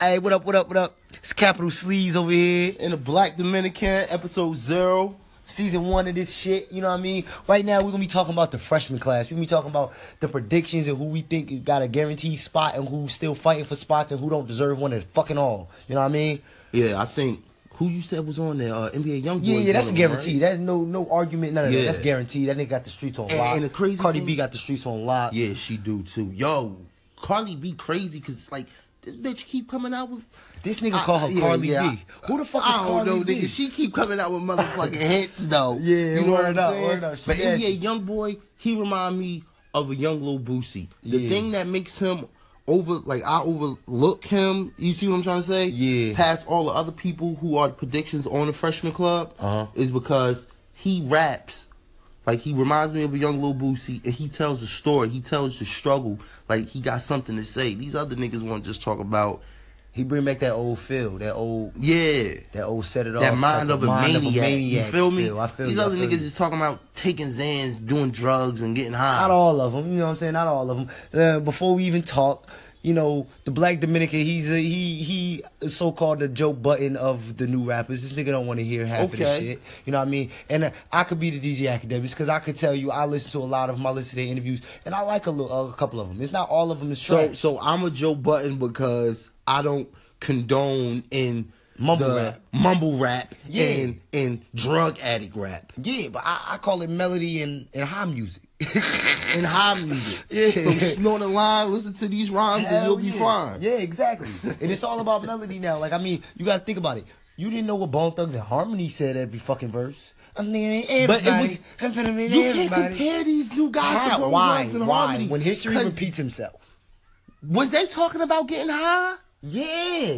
Hey, what up, what up, what up? It's Capital Sleaze over here. in the Black Dominican, episode zero. Season one of this shit, you know what I mean? Right now, we're gonna be talking about the freshman class. We're gonna be talking about the predictions and who we think has got a guaranteed spot and who's still fighting for spots and who don't deserve one at fucking all. You know what I mean? Yeah, I think who you said was on there, uh, NBA YoungBoy. Yeah, is yeah, one that's of a them, right? guarantee. That's no no argument, none of that. Yeah. That's guaranteed. That nigga got the streets on And- lock. and the crazy Cardi thing- B got the streets on lock. Yeah, she do too. Yo, Carly B crazy because it's like this bitch keep coming out with. This nigga call her yeah, Carly yeah. B. Who the fuck is I don't Carly know, B? nigga. She keep coming out with motherfucking hits though. Yeah, you know what word I'm up, saying. word up. She But nasty. NBA young boy, he remind me of a young Lil Boosie. The Yeah. thing that makes him over, like I overlook him. You see what I'm trying to say? Yeah. Past all the other people who are predictions on the freshman club Uh-huh. is because he raps. Like he reminds me of a young Lil Boosie, and he tells the story. He tells the struggle. Like he got something to say. These other niggas want to just talk about, he bring back that old feel, that old yeah, that old set it off. that type mind of a mind maniac. You feel me? still. I feel These you, I other feel niggas you. is talking about taking Zans, doing drugs, and getting high. Not all of them, you know what I'm saying? Not all of them. Uh, before we even talk, you know, the black Dominican, he's a, he he is so called the Joe Button of the new rappers. This nigga don't want to hear half of this Okay. shit. You know what I mean? And uh, I could be the DJ Academics because I could tell you I listen to a lot of them. I listen to their interviews and I like a little, a couple of them. It's not all of them is so, trash. so I'm a Joe Button because I don't condone in Mumble the rap. mumble rap, Yeah. and and drug addict rap. yeah, but I, I call it melody and, and high music. and high music. Yeah. So snort a line, listen to these rhymes, and Hell you'll be yeah. fine. Yeah, exactly. and it's all about melody now. Like I mean, you gotta think about it. You didn't know what Bone Thugs and Harmony said every fucking verse. I'm mean, everybody. But it was I'm finna mean you everybody. can't compare these new guys How? to Bone why? Thugs and why? Harmony. When history 'Cause repeats himself. was they talking about getting high? Yeah.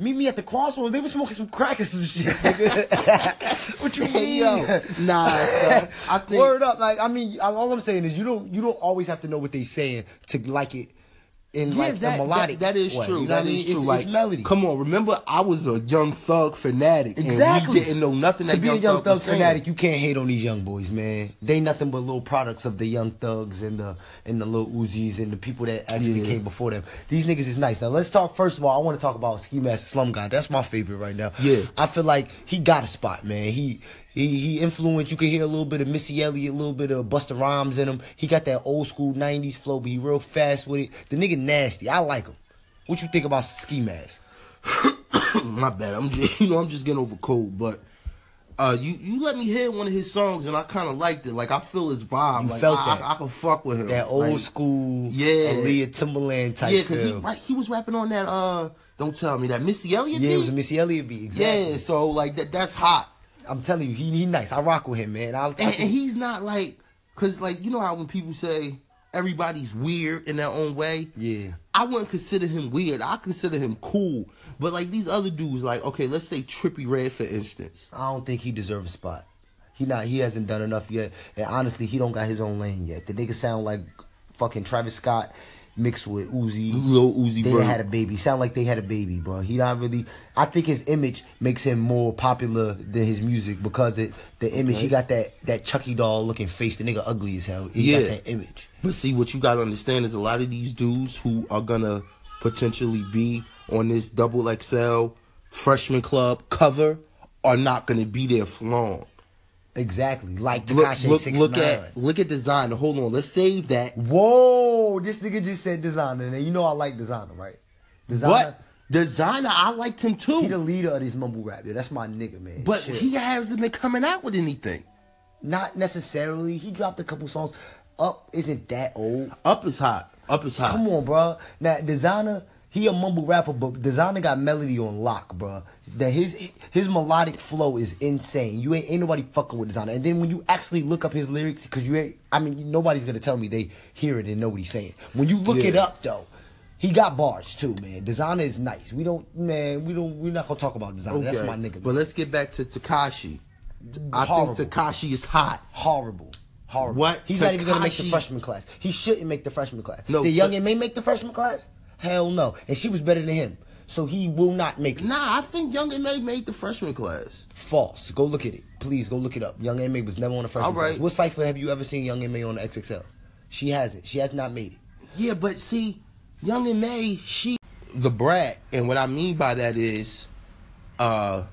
Meet me at the crossroads. They were smoking some crack or some shit. nigga. what you mean? Hey, yo, nah. son. I think Word up, like I mean, I- all I'm saying is you don't you don't always have to know what they saying to like it in Yeah, like the that, melodic. that, that is way, true. You know That what I mean? is true. It's, like, it's melody. Come on, remember I was a young thug fanatic. And Exactly. we didn't know nothing to that be young, a young thug, thug was saying. fanatic, you can't hate on these young boys, man. They nothing but little products of the young thugs and the and the little Uzis and the people that actually Yeah. came before them. These niggas is nice. Now let's talk. First of all, I want to talk about Ski Master Slum God. That's my favorite right now. Yeah. I feel like he got a spot, man. He. He, he influenced. You can hear a little bit of Missy Elliott, a little bit of Busta Rhymes in him. He got that old school '90s flow, but he real fast with it. The nigga nasty. I like him. What you think about Ski Mask? My bad. I'm just, you know I'm just getting over cold, but uh, you you let me hear one of his songs and I kind of liked it. Like I feel his vibe. You like felt I, that. I, I can fuck with him. That old Like, school, Yeah. Aaliyah Timberland type. Yeah, because he feel. right, he was rapping on that. Uh, don't tell me that Missy Elliott. Yeah, it was a beat? Missy Elliott beat. Yeah, so like that that's hot, I'm telling you, he he nice. I rock with him, man. I, I and, think, and he's not like, cause like you know how when people say everybody's weird in their own way. yeah, I wouldn't consider him weird. I consider him cool. But like these other dudes, like okay, let's say Trippy Red for instance. I don't think he deserves a spot. He not. He hasn't done enough yet, and honestly, he don't got his own lane yet. The nigga sound like fucking Travis Scott mixed with Uzi. Lil Uzi They Vert. had a baby. Sound like they had a baby, bro. He not really. I think his image makes him more popular than his music because it the image. He Okay. got that that Chucky doll looking face. The nigga ugly as hell. He got Yeah. that image. But see, what you gotta understand is a lot of these dudes who are gonna potentially be on this double XL freshman club cover are not gonna be there for long. Exactly, like Look, Tekashi look, six look nine. at look at design. Hold on, let's save that. Whoa, this nigga just said designer, and you know I like designer, right? Designer, But designer, I liked him he the too. leader of this mumble rap, yo. That's my nigga, man. But Shit. he hasn't been coming out with anything. not necessarily. He dropped a couple songs. Up isn't that old? Up is hot. Up is hot. Come on, bro. Now designer, he a mumble rapper, but designer got melody on lock, bro. That his his melodic flow is insane. You ain't ain't nobody fucking with designer. And then when you actually look up his lyrics, because you ain't, I mean, nobody's gonna tell me they hear it and know what he's saying. When you look it Yeah. up though. He got bars too, man. Designer is nice. We don't, man. We don't. We're not gonna talk about designer. That's my nigga. But let's get back to Takashi. I Horrible. think Takashi is hot. Horrible. Horrible. What? He's not even gonna make the Tekashi- freshman class. He shouldn't make the freshman class. No, The young Te- and may make the freshman class? Hell no. And she was better than him. So he will not make it. Nah, I think Young and May made the freshman class. False. Go look at it. Please go look it up. Young and May was never on the freshman All right. class. What cipher have you ever seen Young and May on the XXL? She hasn't. She has not made it. Yeah, but see, Young and May, she the brat, and what I mean by that is, uh,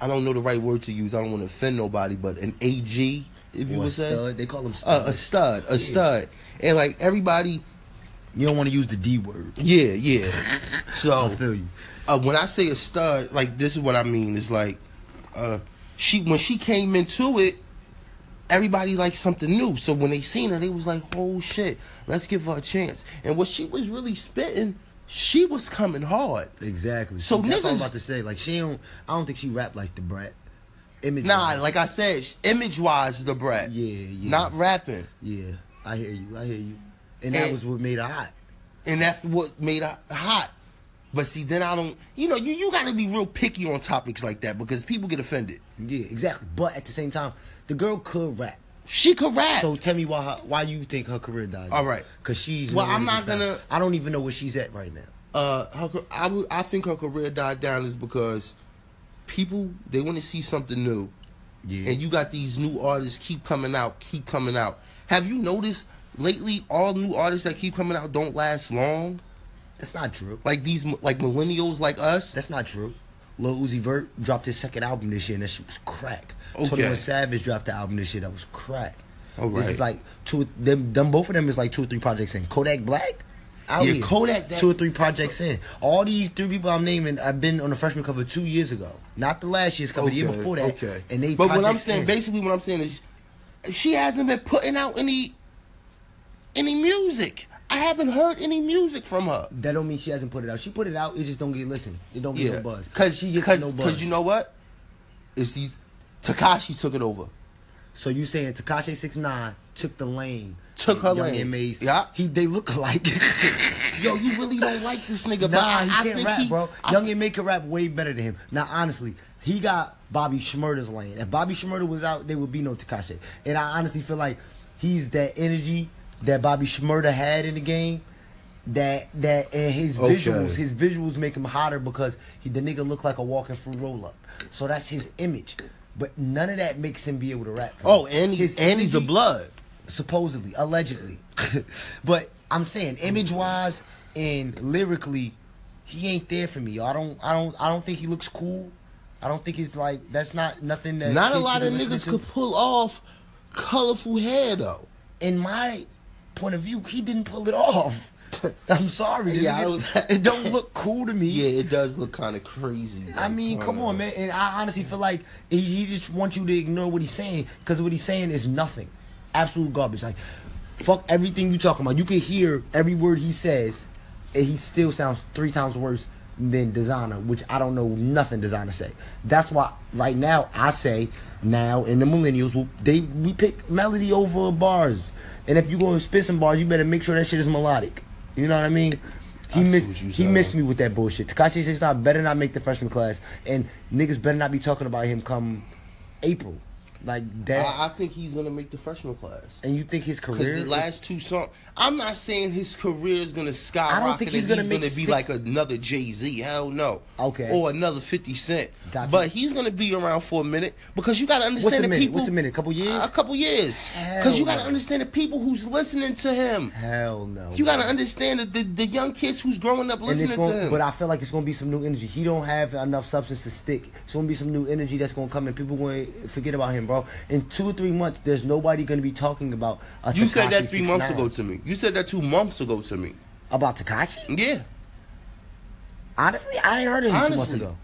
I don't know the right word to use. I don't want to offend nobody, but an AG, if you Or a would say, stud. They call them stud. uh, a stud, a stud, and like everybody, you don't want to use the D word. yeah, yeah. So I feel you. uh, when I say a stud, like this is what I mean. It's like uh, she when she came into it, everybody liked something new. So when they seen her, they was like, "Oh shit, let's give her a chance." And what she was really spitting, she was coming hard. Exactly. So that's what I niggas- was about to say. Like she don't. I don't think she rapped like the brat. Image. Nah, like I said, image wise, the brat. Yeah, yeah. Not rapping, Yeah, I hear you. I hear you. And that And- was what made her hot. and that's what made her hot. But see, then I don't. You know, you you gotta be real picky on topics like that because people get offended. Yeah, exactly. But at the same time, the girl could rap. She could rap. So tell me why her, why you think her career died? All right. Cause she's Well, nowhere I'm to be not found. gonna- I don't even know where she's at right now. uh, her, ca- I, would- I think her career died down is because people they want to see something new, Yeah. and you got these new artists keep coming out, keep coming out. Have you noticed lately? All new artists that keep coming out don't last long. That's not true. Like these, m- like millennials, like us. That's not true. Lil Uzi Vert dropped his second album this year, and that shit was crack. Okay. Twenty One Savage dropped the album this year, that was crack. All This right. is like two them them both of them is like two or three projects in. Kodak Black. Out Yeah, here. Kodak, that- two or three projects in. All these three people I'm naming, I've been on the freshman cover two years ago, not the last year's cover, the year before that. okay. And they. but what I'm projects saying, in. basically, what I'm saying is, she hasn't been putting out any, any music. I haven't heard any music from her. That don't mean she hasn't put it out. She put it out. It just don't get listened. It don't get no buzz. Cause she gets cause, no buzz. Cause you know what? It's these Takashi took it over. So you saying Takashi Six Nine took the lane? Took her Young lane. And Maze. Yeah. He they look alike. Yo, you really don't like this nigga, but nah, I, he I can't think rap, he, bro. I- Young and May can rap way better than him. Now honestly, he got Bobby Schmurder's lane. If Bobby Schmurder was out, there would be no Takashi. And I honestly feel like he's that energy that Bobby Schmurder had in the game. That that and his Okay. visuals, his visuals make him hotter because he the nigga look like a walking fruit roll up. So that's his image. But none of that makes him be able to rap. for oh, me. and he's His and he's a energy- blood. supposedly, allegedly. but I'm saying image wise and lyrically, he ain't there for me. yo. I don't I don't I don't think he looks cool. I don't think he's like that's not nothing that Not a kids lot should of be listening niggas to. could pull off colorful hair though. in my point of view, he didn't pull it off. I'm sorry. the Yeah, I nigga- don't- it don't look cool to me. Yeah, it does look kind of crazy. I like, mean, come kinda. on, man. And I honestly feel like he, he just wants you to ignore what he's saying because what he's saying is nothing, absolute garbage. Like, fuck everything you talking about. You can hear every word he says, and he still sounds three times worse than Designer, which I don't know nothing Designer say. That's why right now I say now in the millennials well, they we pick melody over bars, and if you gonna spit some bars, you better make sure that shit is melodic. You know what I mean? He I see missed. what you He saying. missed me with that bullshit. Takashi Six Nine better not make the freshman class, and niggas better not be talking about him come April, like that. I, I think he's gonna make the freshman class. and you think his career? Because the is- last two songs, I'm not saying his career is gonna skyrocket. think and he's gonna make be six- like another Jay Z. Hell no. Okay. Or another Fifty Cent. Got you. But he's gonna be around for a minute because you gotta understand what's a the minute? people. What's a minute? couple years? A couple years. Because Hell you gotta no. understand the people who's listening to him. Hell no. You gotta bro. understand that the, the young kids who's growing up And it's listening gonna- to him. But I feel like it's gonna be some new energy. He don't have enough substance to stick. It's gonna be some new energy that's gonna come, and people gonna forget about him, bro. In two or three months, there's nobody gonna be talking about. A you said that Tekashi three 6ix9ine. months ago to me. You said that two months ago to me. About Takashi? Yeah. Honestly, I ain't heard of him two months Honestly. ago,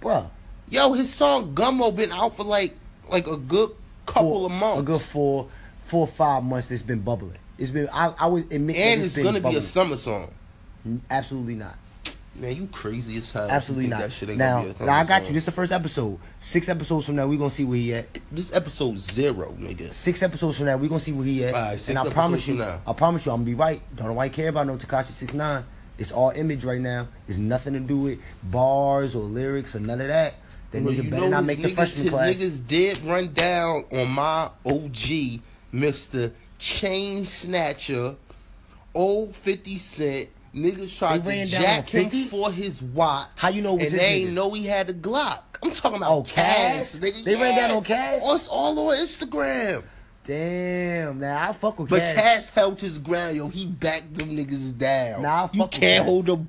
bro. Yo, his song Gummo been out for like like a good couple four- of months. A good four, four or five months. It's been bubbling. It's been. I, I would admit. that and it's it's been gonna be a bubbling. summer song. Absolutely not. Man, you crazy as hell. if you Absolutely think not. That shit ain't now, gonna be a now I got song. you. This is the first episode. Six episodes from now, we gonna see where he at. This episode zero, nigga. Six episodes from now, we gonna see where he at. All right, six and I episodes promise you, from now. I promise you, I'm gonna be right. Don't nobody care about no Takashi Six Nine. It's all image right now. It's nothing to do with bars or lyrics or none of that. That Bro, nigga better not his make the niggas- freshman his class. Niggas did run down on my OG, Mister Chain Snatcher, old Fifty Cent. Niggas tried They ran to down on jack him 50? for his watch. How you know it was his And they ain't niggas? know he had a Glock. I'm talking about Oh, Cass? Cass. nigga. They ran Yeah. down on Cass? Oh, it's all on Instagram. Damn, now I fuck with But Cass. Cass held his ground, yo. He backed them niggas down. Nah, I you fuck with can't Cass. hold a